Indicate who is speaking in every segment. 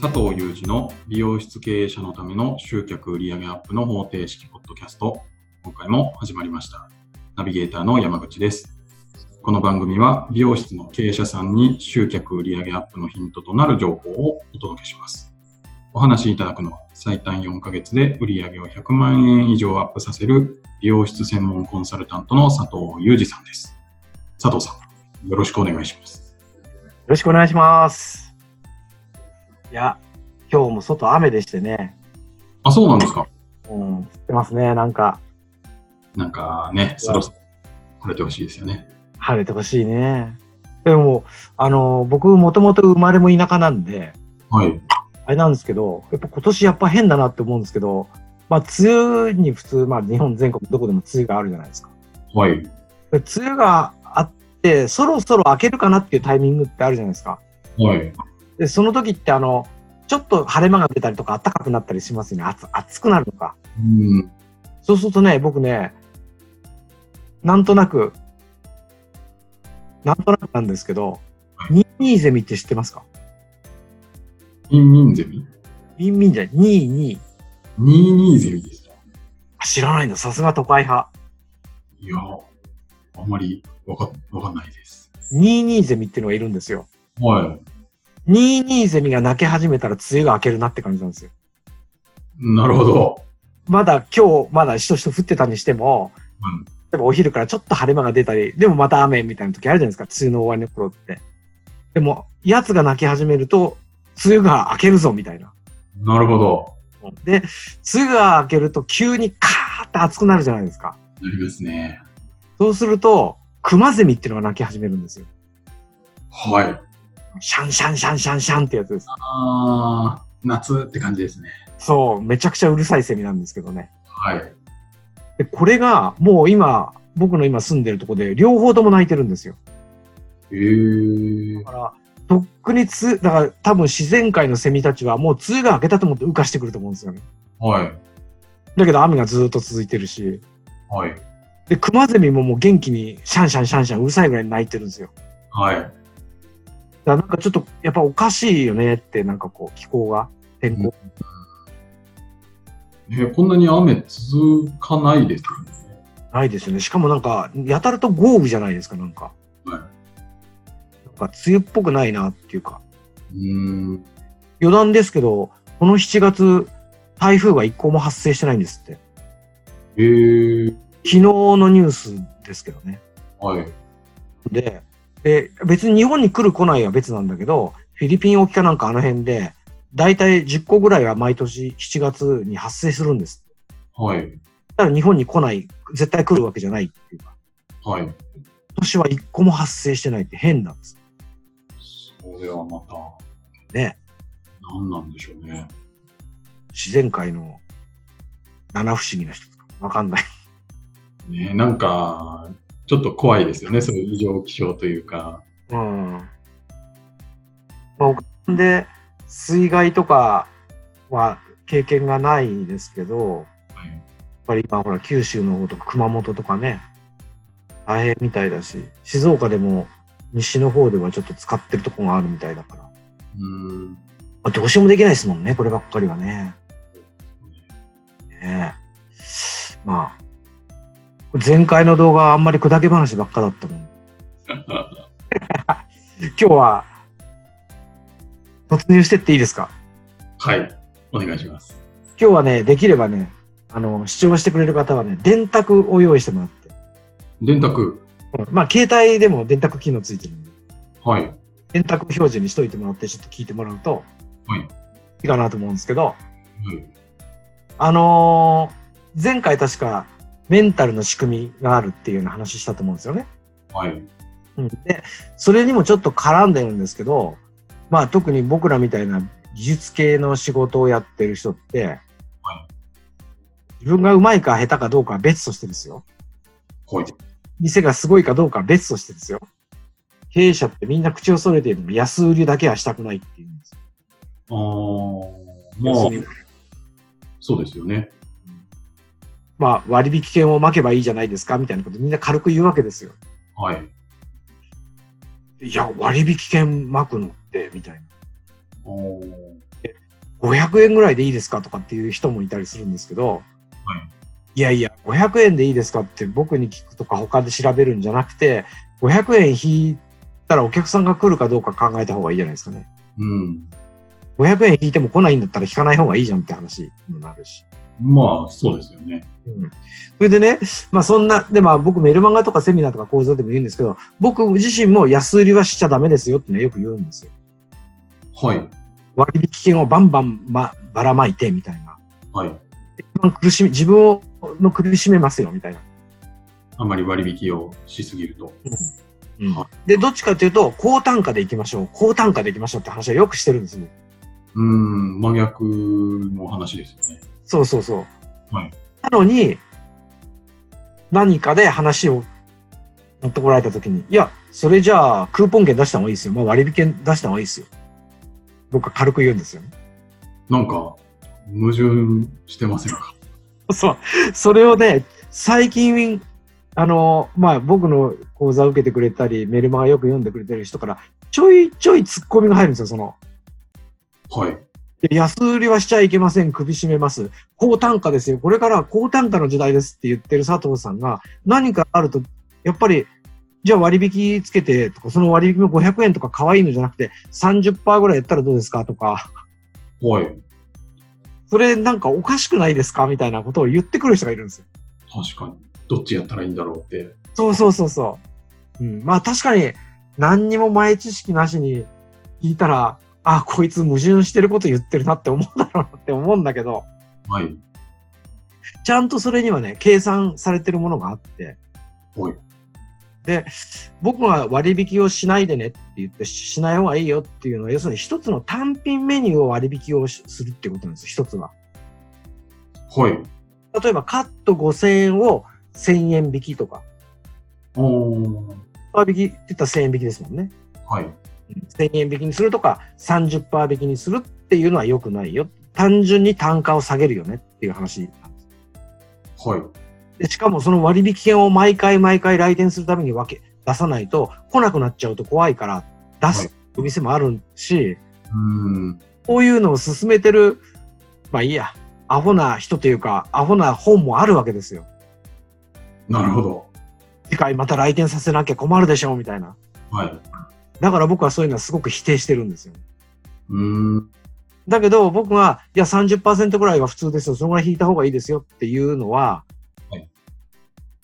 Speaker 1: 藤裕二の美容室経営者のための集客売上アップの方程式ポッドキャスト。今回も始まりました。ナビゲーターの山口です。この番組は美容室の経営者さんに集客売上アップのヒントとなる情報をお届けします。お話しいただくのは最短4ヶ月で売上を100万円以上アップさせる美容室専門コンサルタントの佐藤裕二さんです。佐藤さん、よろしくお願いします。
Speaker 2: よろしくお願いします。いや、今日も外雨でしてね、
Speaker 1: あ、そうなんですか
Speaker 2: うん、降ってますね、なんか、
Speaker 1: なんかね、そろそろ晴れてほしいですよね。
Speaker 2: 晴れてほしいね。でも、あの、僕、もともと生まれも田舎なんで、
Speaker 1: はい。
Speaker 2: あれなんですけど、やっぱ今年やっぱ変だなって思うんですけど、まあ、梅雨に普通、まあ、日本全国どこでも梅雨があるじゃないですか。
Speaker 1: はい。
Speaker 2: で梅雨があって、そろそろ明けるかなっていうタイミングってあるじゃないですか。
Speaker 1: はい。
Speaker 2: で、その時って、あの、ちょっと晴れ間が出たりとか、暖かくなったりしますよね。暑暑くなるのか。
Speaker 1: うん。
Speaker 2: そうするとね、僕ね、なんとなく、なんとなくなんですけど、ニーニーゼミって知ってますか
Speaker 1: ミンミンゼミ
Speaker 2: ビンビンじゃない、ニーニー。
Speaker 1: ニーニーゼミです。
Speaker 2: あ知らないんだ、さすが都会派。
Speaker 1: いや、あんまりわか、わかんないです。
Speaker 2: ニーニーゼミっていうのがいるんですよ。
Speaker 1: は
Speaker 2: ニーニーゼミが鳴き始めたら梅雨が明けるなって感じなんですよ。
Speaker 1: い。なるほど。
Speaker 2: まだ今日、まだしとしと降ってたにしても、
Speaker 1: うん
Speaker 2: 例えばお昼からちょっと晴れ間が出たり、でもまた雨みたいな時あるじゃないですか、梅雨の終わりの頃って。でも、奴が鳴き始めると、梅雨が明けるぞみたいな。
Speaker 1: なるほど。
Speaker 2: で、梅雨が明けると急にカーって暑くなるじゃないですか。
Speaker 1: なりますね。
Speaker 2: そうすると、クマゼミっていうのが鳴き始めるんですよ。
Speaker 1: はい。
Speaker 2: シャンシャンシャンシャンシャンってやつです。
Speaker 1: あー、夏って感じですね。
Speaker 2: そう、めちゃくちゃうるさいセミなんですけどね。
Speaker 1: はい。
Speaker 2: で、これがもう今、僕の今住んでるとこで両方とも鳴いてるんですよ。
Speaker 1: へー
Speaker 2: だ。から、とっくにつ、だから多分自然界のセミたちはもう梅雨が明けたと思って羽化してくると思うんですよね。
Speaker 1: はい。
Speaker 2: だけど雨がずーっと続いてるし、
Speaker 1: はい。
Speaker 2: で、クマゼミももう元気にシャンシャンシャンシャンうるさいぐらい鳴いてるんですよ。
Speaker 1: はい。
Speaker 2: だからなんかちょっとやっぱおかしいよねってなんかこう気候が天候、
Speaker 1: え、こんなに雨続かないですよね。
Speaker 2: ないですよねしかもなんかやたらと豪雨じゃないですかなんか、
Speaker 1: はい
Speaker 2: なんか梅雨っぽくないなっていうか
Speaker 1: うーん。
Speaker 2: 余談ですけどこの7月台風が一個も発生してないんですって
Speaker 1: へー。
Speaker 2: 昨日のニュースですけどね
Speaker 1: はい。
Speaker 2: でで別に日本に来る来ないは別なんだけどフィリピン沖かなんかあの辺で大体10個ぐらいは毎年7月に発生するんですって
Speaker 1: はい。
Speaker 2: だから日本に来ない絶対来るわけじゃないっていうか
Speaker 1: はい。
Speaker 2: 今年は一個も発生してないって変なんです
Speaker 1: それはまた、
Speaker 2: ね。
Speaker 1: 何なんでしょうね。
Speaker 2: 自然界の七不思議な人とか、わかんない。
Speaker 1: ねなんか、ちょっと怖いですよね。そういう異常気象というか。
Speaker 2: うん。まあ、おかげで、水害とかは経験がないですけど、
Speaker 1: はい
Speaker 2: やっぱり今ほら九州の方とか熊本とかね、大変みたいだし、静岡でも西の方ではちょっと使ってるとこがあるみたいだから。ま
Speaker 1: うーん。
Speaker 2: あ、どうしようもできないですもんね、こればっかりはね。ねえ。まあ、前回の動画はあんまり砕け話ばっかだったもん。 今日は、突入してっていいですか
Speaker 1: はい。お願いします。
Speaker 2: 今日はね、できればね、あの、視聴してくれる方はね、電卓を用意してもらって。
Speaker 1: 電卓。
Speaker 2: うんまあ、携帯でも電卓機能ついてるんで、
Speaker 1: はい。
Speaker 2: 電卓表示にしといてもらって、ちょっと聞いてもらうと、
Speaker 1: はい
Speaker 2: いいかなと思うんですけど、
Speaker 1: はい。
Speaker 2: あのー前回確か、メンタルの仕組みがあるっていうような話したと思うんですよね。
Speaker 1: はい。
Speaker 2: うんで、それにもちょっと絡んでるんですけど、まあ特に僕らみたいな技術系の仕事をやってる人って、
Speaker 1: は
Speaker 2: 自分がうまいか下手かどうかは別としてですよ。
Speaker 1: はい。
Speaker 2: 店がすごいかどうかは別としてですよ。経営者ってみんな口を揃えているのに安売りだけはしたくないっていうんです。
Speaker 1: あー、もう、そうですよね。
Speaker 2: まあ割引券を巻けばいいじゃないですかみたいなことみんな軽く言うわけですよ。
Speaker 1: はい。
Speaker 2: いや、割引券巻くのって、みたいな。
Speaker 1: おー
Speaker 2: 500円ぐらいでいいですかとかっていう人もいたりするんですけど、、
Speaker 1: はい
Speaker 2: やいや、500円でいいですかって僕に聞くとか他で調べるんじゃなくて、500円引いたらお客さんが来るかどうか考えた方がいいじゃないですかね。
Speaker 1: うん。
Speaker 2: 500円引いても来ないんだったら引かない方がいいじゃんって話になるし。
Speaker 1: まあ、そうですよね。
Speaker 2: うんそれでね、まあそんな、でまあ僕メルマガとかセミナーとか講座でも言うんですけど、僕自身も安売りはしちゃダメですよってね、よく言うんですよ。
Speaker 1: はい。
Speaker 2: 割引券をバンバン、ま、ばらまいてみたいな。
Speaker 1: はい。
Speaker 2: 一番苦しみ、自分をの苦しめますよみたいな。
Speaker 1: あまり割引をしすぎると。
Speaker 2: うんで、どっちかというと、高単価でいきましょう。高単価でいきましょうって話はよくしてるんですね。
Speaker 1: うん、真逆の話ですよね。
Speaker 2: そうそうそう。
Speaker 1: はい
Speaker 2: なのに、何かで話を持ってこられたときに、いや、それじゃあクーポン券出した方がいいですよ。まあ、割引券出した方がいいですよ。僕は軽く言うんですよね。
Speaker 1: なんか、矛盾してませんか
Speaker 2: そう。それをね、最近、あの、まあ、僕の講座を受けてくれたり、メルマガよく読んでくれてる人から、ちょいちょい突っ込みが入るんですよ、その。
Speaker 1: はい。
Speaker 2: で安売りはしちゃいけません、首絞めます。高単価ですよ。これからは高単価の時代ですって言ってる佐藤さんが、何かあると、やっぱり、じゃあ割引つけてとか、その割引も500円とか可愛いのじゃなくて、30%ぐらいやったらどうですかとか、
Speaker 1: はい。
Speaker 2: それなんかおかしくないですかみたいなことを言ってくる人がいるんですよ。
Speaker 1: 確かに。どっちやったらいいんだろうって。
Speaker 2: そうそうそうそう。うん、まあ確かに、何にも前知識なしに聞いたら、あ、こいつ矛盾してること言ってるなって思うだろうなって思うんだけど、
Speaker 1: はい。
Speaker 2: ちゃんとそれにはね、計算されてるものがあって。
Speaker 1: はい
Speaker 2: で、僕が割引をしないでねって言って、しない方がいいよっていうのは、要するに一つの単品メニューを割引をしするってことなんですよ、一つは。
Speaker 1: はい。
Speaker 2: 例えば、カット5000円を1000円引きとか、
Speaker 1: おー。
Speaker 2: パー引きって言ったら1000円引きですもんね。
Speaker 1: はい。
Speaker 2: 1000円引きにするとか、30%引きにするっていうのは良くないよ。単純に単価を下げるよねっていう話なんです。
Speaker 1: はい。
Speaker 2: でしかもその割引券を毎回毎回来店するために分け出さないと来なくなっちゃうと怖いから出
Speaker 1: はい
Speaker 2: すお店もあるし、
Speaker 1: うん。
Speaker 2: こういうのを進めてる、まあいいや、アホな人というか、アホな本もあるわけですよ。
Speaker 1: なるほど。
Speaker 2: 次回また来店させなきゃ困るでしょうみたいな。
Speaker 1: はい。
Speaker 2: だから僕はそういうのはすごく否定してるんですよ。
Speaker 1: うーん。
Speaker 2: だけど僕が、いや30%ぐらいは普通ですよ、そのぐらい引いた方がいいですよっていうのは、
Speaker 1: はい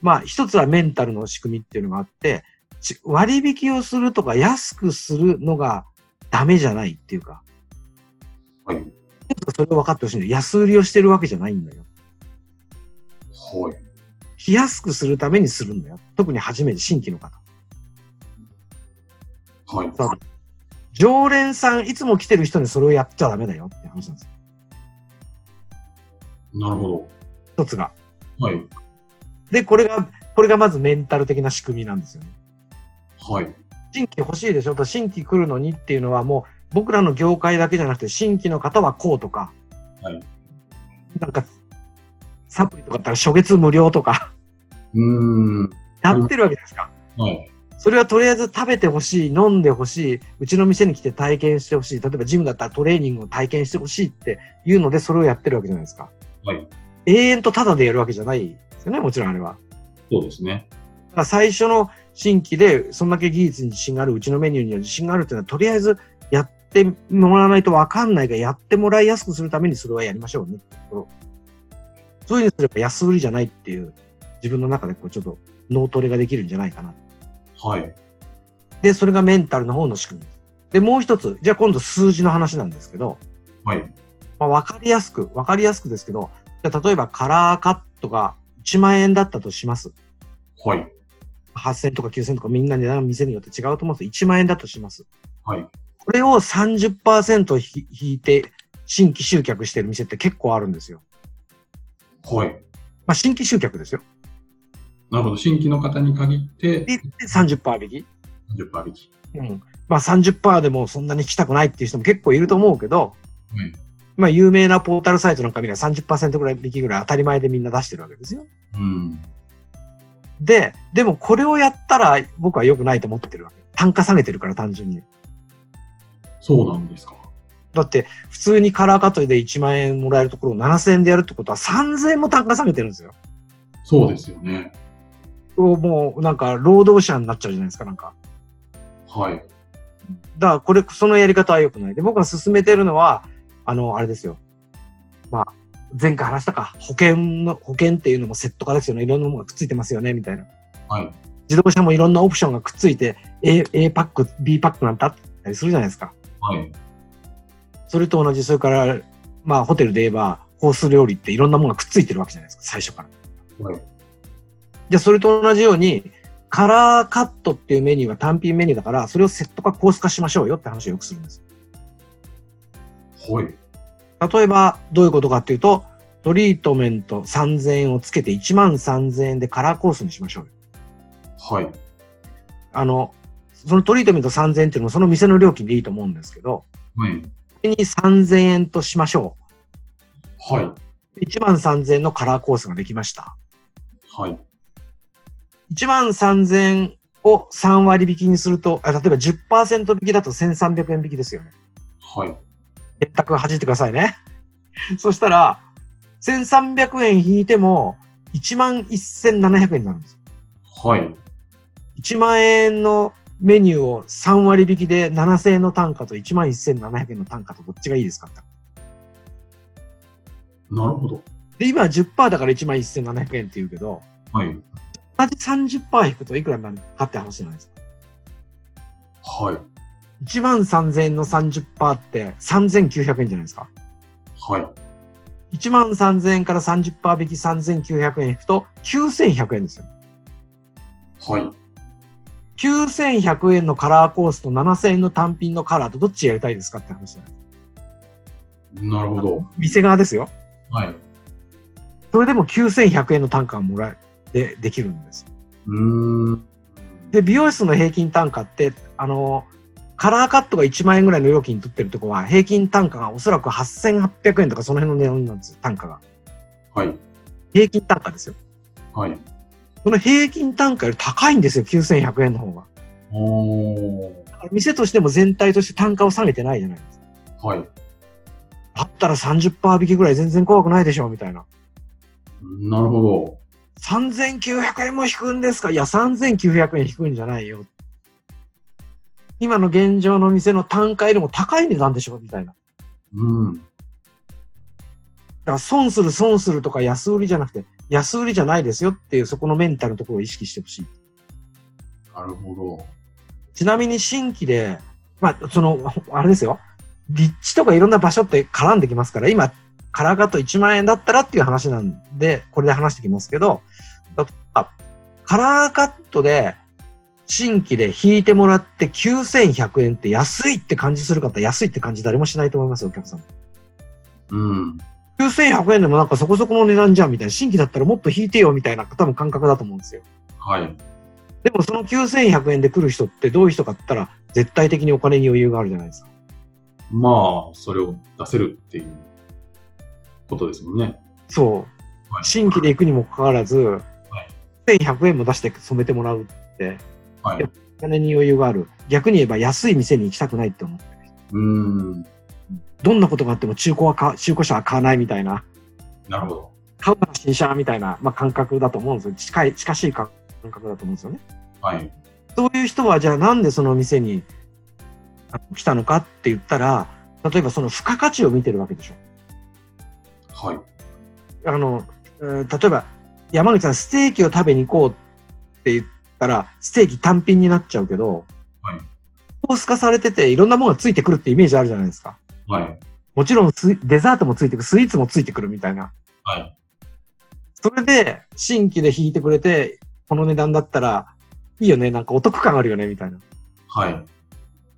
Speaker 2: まあ一つはメンタルの仕組みっていうのがあって、ち割引をするとか安くするのがダメじゃないっていうか、
Speaker 1: はい。は
Speaker 2: それを分かってほしいんだよ。安売りをしてるわけじゃないんだよ。
Speaker 1: い。
Speaker 2: 着やすくするためにするんだよ。特に初めて新規の方。
Speaker 1: はい。
Speaker 2: そう常連さん、いつも来てる人にそれをやっちゃダメだよって話なんですよ。
Speaker 1: なるほ
Speaker 2: 一つが。
Speaker 1: ど。はい。
Speaker 2: で、これが、これがまずメンタル的な仕組みなんですよね。
Speaker 1: はい。
Speaker 2: 新規欲しいでしょと新規来るのにっていうのはもう僕らの業界だけじゃなくて新規の方はこうとか、
Speaker 1: はい
Speaker 2: なんかサプリとかだったら初月無料とか
Speaker 1: うーん。
Speaker 2: やってるわけですか。
Speaker 1: はい。
Speaker 2: それはとりあえず食べてほしい、飲んでほしい、うちの店に来て体験してほしい、例えばジムだったらトレーニングを体験してほしいっていうのでそれをやってるわけじゃないですか。
Speaker 1: はい。
Speaker 2: 永遠とタダでやるわけじゃないですよね、もちろんあれは。
Speaker 1: そうですね。
Speaker 2: だから最初の新規で、そんだけ技術に自信がある、うちのメニューには自信があるっていうのは、とりあえずやってもらわないとわかんないが、やってもらいやすくするためにそれはやりましょうねってこと。そういうふうにすれば安売りじゃないっていう、自分の中でこうちょっと脳トレができるんじゃないかな。
Speaker 1: はい。
Speaker 2: で、それがメンタルの方の仕組みです。で、もう一つ、じゃあ今度数字の話なんですけど、
Speaker 1: はい。
Speaker 2: まあ、わかりやすく、わかりやすくですけど、じゃあ例えばカラーカットが1万円だったとします。
Speaker 1: はい。
Speaker 2: 8000とか9000とかみんな値段店によって違うと思うんですよ。1万円だとします。
Speaker 1: はい。
Speaker 2: これを30%ひ引いて新規集客してる店って結構あるんですよ。
Speaker 1: はい。
Speaker 2: まあ、新規集客ですよ。
Speaker 1: なるほど。新規の方に限って、
Speaker 2: で、30%引き。
Speaker 1: 10%引き。
Speaker 2: うん。まあ30%でもそんなに来たくないっていう人も結構いると思うけど、
Speaker 1: はい。
Speaker 2: まあ有名なポータルサイトなんか見れば30%ぐらい引きぐらい当たり前でみんな出してるわけですよ。
Speaker 1: うん。
Speaker 2: で、でもこれをやったら僕は良くないと思ってるわけ。単価下げてるから単純に。
Speaker 1: そうなんですか。
Speaker 2: だって、普通にカラーカットで1万円もらえるところを7000円でやるってことは3000円も単価下げてるんですよ。
Speaker 1: そうですよね。
Speaker 2: もう、なんか、労働者になっちゃうじゃないですか、なんか。
Speaker 1: はい。
Speaker 2: だから、これ、そのやり方は良くない。で、僕が勧めてるのは、あの、あれですよ。まあ、前回話したか、保険の、保険っていうのもセット化ですよね。いろんなものがくっついてますよね、みたいな。
Speaker 1: はい。
Speaker 2: 自動車もいろんなオプションがくっついて、A, A パック、B パックなんてあったりするじゃないですか。
Speaker 1: はい。
Speaker 2: それと同じ、それから、まあ、ホテルで言えば、コース料理っていろんなものがくっついてるわけじゃないですか、最初から。
Speaker 1: はい。
Speaker 2: じゃあ、それと同じように、カラーカットっていうメニューは単品メニューだから、それをセット化、コース化しましょうよって話をよくするんです。
Speaker 1: はい。
Speaker 2: 例えば、どういうことかっていうと、トリートメント3000円をつけて1万3000円でカラーコースにしましょうよ。
Speaker 1: はい。
Speaker 2: あの、そのトリートメント3000円っていうのもその店の料金でいいと思うんですけど、
Speaker 1: はい。
Speaker 2: それに3000円としましょ
Speaker 1: はい。
Speaker 2: う。1万3000円のカラーコースができました。
Speaker 1: はい。
Speaker 2: 1万3000円を3割引きにすると、あ例えば10%引きだと1300円引きですよね。
Speaker 1: はい。
Speaker 2: 電卓はじいてくださいね。 そしたら、1300円引いても、1万1700円になるんですよ。
Speaker 1: はい。
Speaker 2: 1万円のメニューを3割引きで7000円の単価と1万1700円の単価とどっちがいいですかって
Speaker 1: なるほど。
Speaker 2: で、今は10%だから1万1700円って言うけど、
Speaker 1: はい。
Speaker 2: 同じ30%引くといくらになるかって話じゃないですか。
Speaker 1: はい。
Speaker 2: 1万3000円の30%って3900円じゃないですか。
Speaker 1: はい。
Speaker 2: 1万3000円から30%引き3900円引くと9100円ですよ。
Speaker 1: はい。
Speaker 2: 9100円のカラーコースと7000円の単品のカラーとどっちやりたいですかって話だよ
Speaker 1: なるほど。
Speaker 2: 店側ですよ。
Speaker 1: はい。
Speaker 2: それでも9100円の単価がもらえてできるんですよ。
Speaker 1: うーん。
Speaker 2: で、美容室の平均単価って、あの、カラーカットが1万円ぐらいの料金取ってるとこは、平均単価がおそらく8800円とかその辺の値段なんですよ、単価が。
Speaker 1: はい。
Speaker 2: 平均単価ですよ。
Speaker 1: はい。
Speaker 2: その平均単価より高いんですよ、9100円の方が。
Speaker 1: おー。
Speaker 2: だから店としても全体として単価を下げてないじゃないですか。
Speaker 1: はい。
Speaker 2: だったら30%引きぐらい全然怖くないでしょ、みたいな。
Speaker 1: なるほ
Speaker 2: 3900円も引くんですかいや、3900円引くんじゃないよ。今の現状の店の単価よりも高い値段でしょみたいな。だ
Speaker 1: ど。うん。
Speaker 2: から損する損するとか安売りじゃなくて、安売りじゃないですよっていうそこのメンタルのところを意識してほしい。
Speaker 1: なるほ
Speaker 2: ちなみに新規で、まあ、その、あれですよ。立地とかいろんな場所って絡んできますから、今、カラーカット1万円だったらっていう話なんで、これで話してきますけど、例えばカラーカットで、新規で引いてもらって9100円って安いって感じする方、安いって感じ誰もしないと思いますよ、お客さん。
Speaker 1: ど。うん。
Speaker 2: 9100円でもなんかそこそこの値段じゃんみたいな、新規だったらもっと引いてよみたいな、多分感覚だと思うんですよ。
Speaker 1: はい。
Speaker 2: でもその9100円で来る人ってどういう人かって言ったら、絶対的にお金に余裕があるじゃないですか。
Speaker 1: まあ、それを出せるっていうことですもんね。
Speaker 2: そう、
Speaker 1: はい
Speaker 2: 新規で行くにもかかわらず、1100円も出して染めてもらうって、
Speaker 1: はい。う
Speaker 2: お金に余裕がある。逆に言えば安い店に行きたくないって思う。
Speaker 1: ーん。
Speaker 2: どんなことがあっても中古は買中古車は買わないみたいな、
Speaker 1: なるほど。
Speaker 2: 買うなら新車みたいな、まあ、感覚だと思うんですよ。近い、近しい感覚だと思うんですよね。
Speaker 1: はい。
Speaker 2: そういう人は、じゃあなんでその店にあの来たのかって言ったら、例えばその付加価値を見てるわけでしょ。
Speaker 1: はい。
Speaker 2: あの、うん例えば、山口さん、ステーキを食べに行こうって言ったら、ステーキ単品になっちゃうけど、
Speaker 1: はい
Speaker 2: コース化されてて、いろんなものがついてくるってイメージあるじゃないですか。
Speaker 1: はい。
Speaker 2: もちろんスイデザートもついてくる、スイーツもついてくるみたいな。
Speaker 1: はい。
Speaker 2: それで、新規で引いてくれて、この値段だったら、いいよね、なんかお得感あるよね、みたいな。
Speaker 1: はい。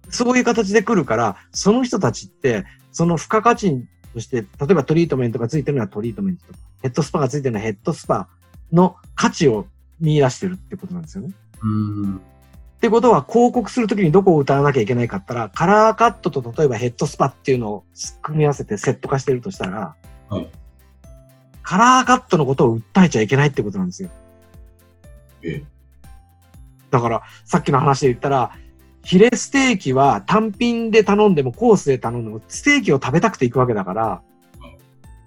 Speaker 2: そういう形で来るから、その人たちって、その付加価値として、例えばトリートメントがついてるのはトリートメントとか、ヘッドスパがついてるのはヘッドスパの価値を見出してるってことなんですよね。
Speaker 1: うーん。
Speaker 2: ってことは、広告するときにどこを歌わなきゃいけないかったら、カラーカットと例えばヘッドスパっていうのを組み合わせてセット化してるとしたら、
Speaker 1: はい
Speaker 2: カラーカットのことを訴えちゃいけないってことなんですよ。
Speaker 1: ええ
Speaker 2: だから、さっきの話で言ったら、ヒレステーキは単品で頼んでもコースで頼んでも、ステーキを食べたくて行くわけだから
Speaker 1: うん、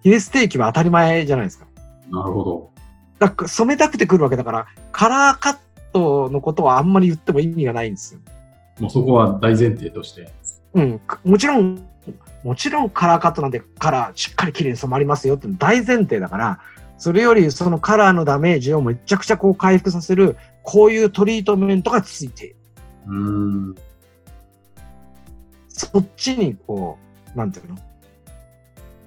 Speaker 2: ヒレステーキは当たり前じゃないですか。
Speaker 1: なるほど。
Speaker 2: だから染めたくて来るわけだから、カラーカットのことはあんまり言っても意味がないんですよ。
Speaker 1: もうそこは大前提として。
Speaker 2: うん、くもちろん、もちろんカラーカットなんてカラーしっかり綺麗に染まりますよっていうの大前提だから、それよりそのカラーのダメージをめちゃくちゃこう回復させる、こういうトリートメントがついている。
Speaker 1: うーん。
Speaker 2: そっちにこう、なんていうの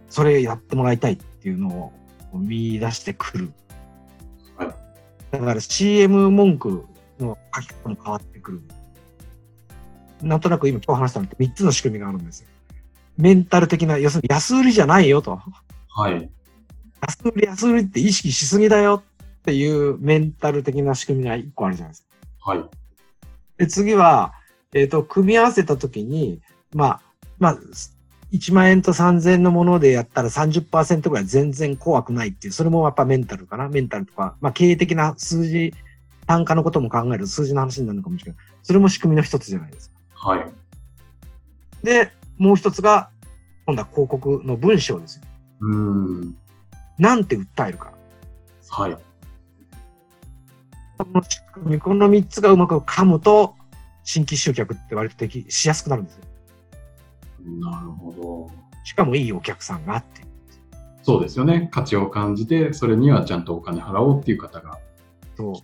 Speaker 2: それやってもらいたいっていうのを見出してくる。
Speaker 1: はい
Speaker 2: だから CM 文句の書き方も変わってくる。なんとなく今今日話したのって3つの仕組みがあるんですよ。メンタル的な、要するに安売りじゃないよと。
Speaker 1: はい。
Speaker 2: 安売り安売りって意識しすぎだよっていうメンタル的な仕組みが1個あるじゃないですか。
Speaker 1: はい。
Speaker 2: で、次は、えっ、と、組み合わせたときに、まあ、まあ、す1万円と3000円のものでやったら30%ぐらい全然怖くないっていう、それもやっぱメンタルかな。メンタルとか、まあ、経営的な数字、単価のことも考える数字の話になるのかもしれない。それも仕組みの一つじゃないですか。
Speaker 1: はい。
Speaker 2: で、もう一つが、今度は広告の文章ですよ。
Speaker 1: うーん。
Speaker 2: なんて訴えるか。
Speaker 1: はい。
Speaker 2: この仕組みこの3つがうまく噛むと、新規集客って割とできしやすくなるんですよ。
Speaker 1: なるほ
Speaker 2: しかもいいお客さんがあって。
Speaker 1: ど。そうですよね。価値を感じて、それにはちゃんとお金払おうっていう方が。
Speaker 2: そう。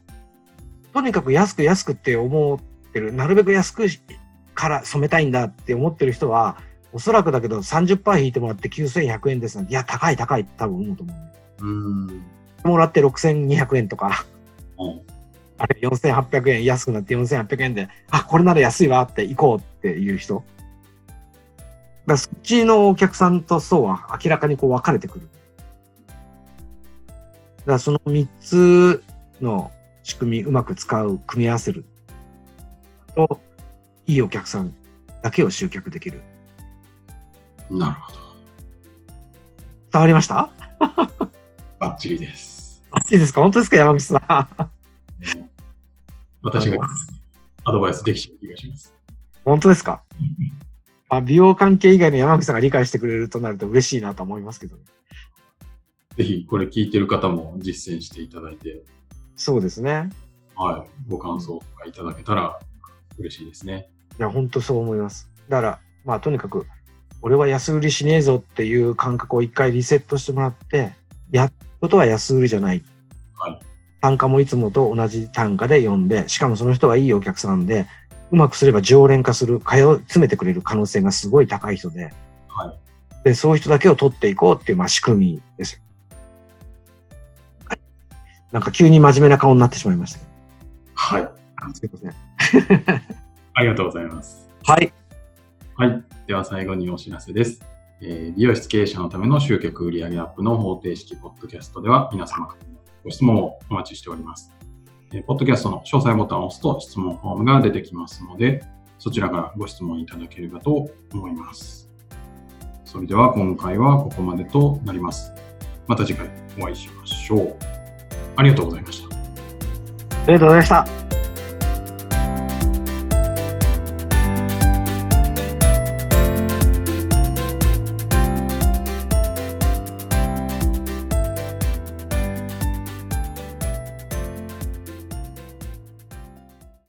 Speaker 2: とにかく安く安くって思ってる、なるべく安くしから染めたいんだって思ってる人は、おそらくだけど30%引いてもらって9100円ですなんて、いや、高い高いって多分思うと思う。
Speaker 1: うーん。
Speaker 2: もらって6200円とか、
Speaker 1: はい
Speaker 2: あれ4800円安くなって4800円で、あ、これなら安いわって行こうっていう人。だからそっちのお客さんとそうは明らかにこう分かれてくる。だからその3つの仕組みうまく使う、組み合わせると、いいお客さんだけを集客できる。
Speaker 1: なるほど。
Speaker 2: 伝わりました
Speaker 1: バッチリです。
Speaker 2: あいいですか本当ですか山口さん。
Speaker 1: 私がアドバイスできちゃう気がします。
Speaker 2: 本当ですかあ美容関係以外の山口さんが理解してくれるとなると嬉しいなと思いますけどね。
Speaker 1: ぜひ、これ聞いてる方も実践していただいて、
Speaker 2: そうですね。
Speaker 1: はい。ご感想がいただけたら嬉しいですね。
Speaker 2: いや、本当そう思います。だから、まあ、とにかく、俺は安売りしねえぞっていう感覚を一回リセットしてもらって、やることは安売りじゃない。
Speaker 1: はい
Speaker 2: 単価もいつもと同じ単価で読んで、しかもその人はいいお客さんで、うまくすれば常連化する、通い詰めてくれる可能性がすごい高い人で、
Speaker 1: はい。
Speaker 2: で、そういう人だけを取っていこうっていう、まあ、仕組みですよ。なんか急に真面目な顔になってしまいましたけど。
Speaker 1: はい。
Speaker 2: あすいません。
Speaker 1: ありがとうございます。
Speaker 2: はい。
Speaker 1: はい。では最後にお知らせです。えー美容室経営者のための集客売上アップの方程式ポッドキャストでは皆様からのご質問をお待ちしております。えーポッドキャストの詳細ボタンを押すと質問フォームが出てきますので、そちらからご質問いただければと思います。それでは今回はここまでとなります。また次回お会いしましょう。ありがとうございました。
Speaker 2: ありがとうございました。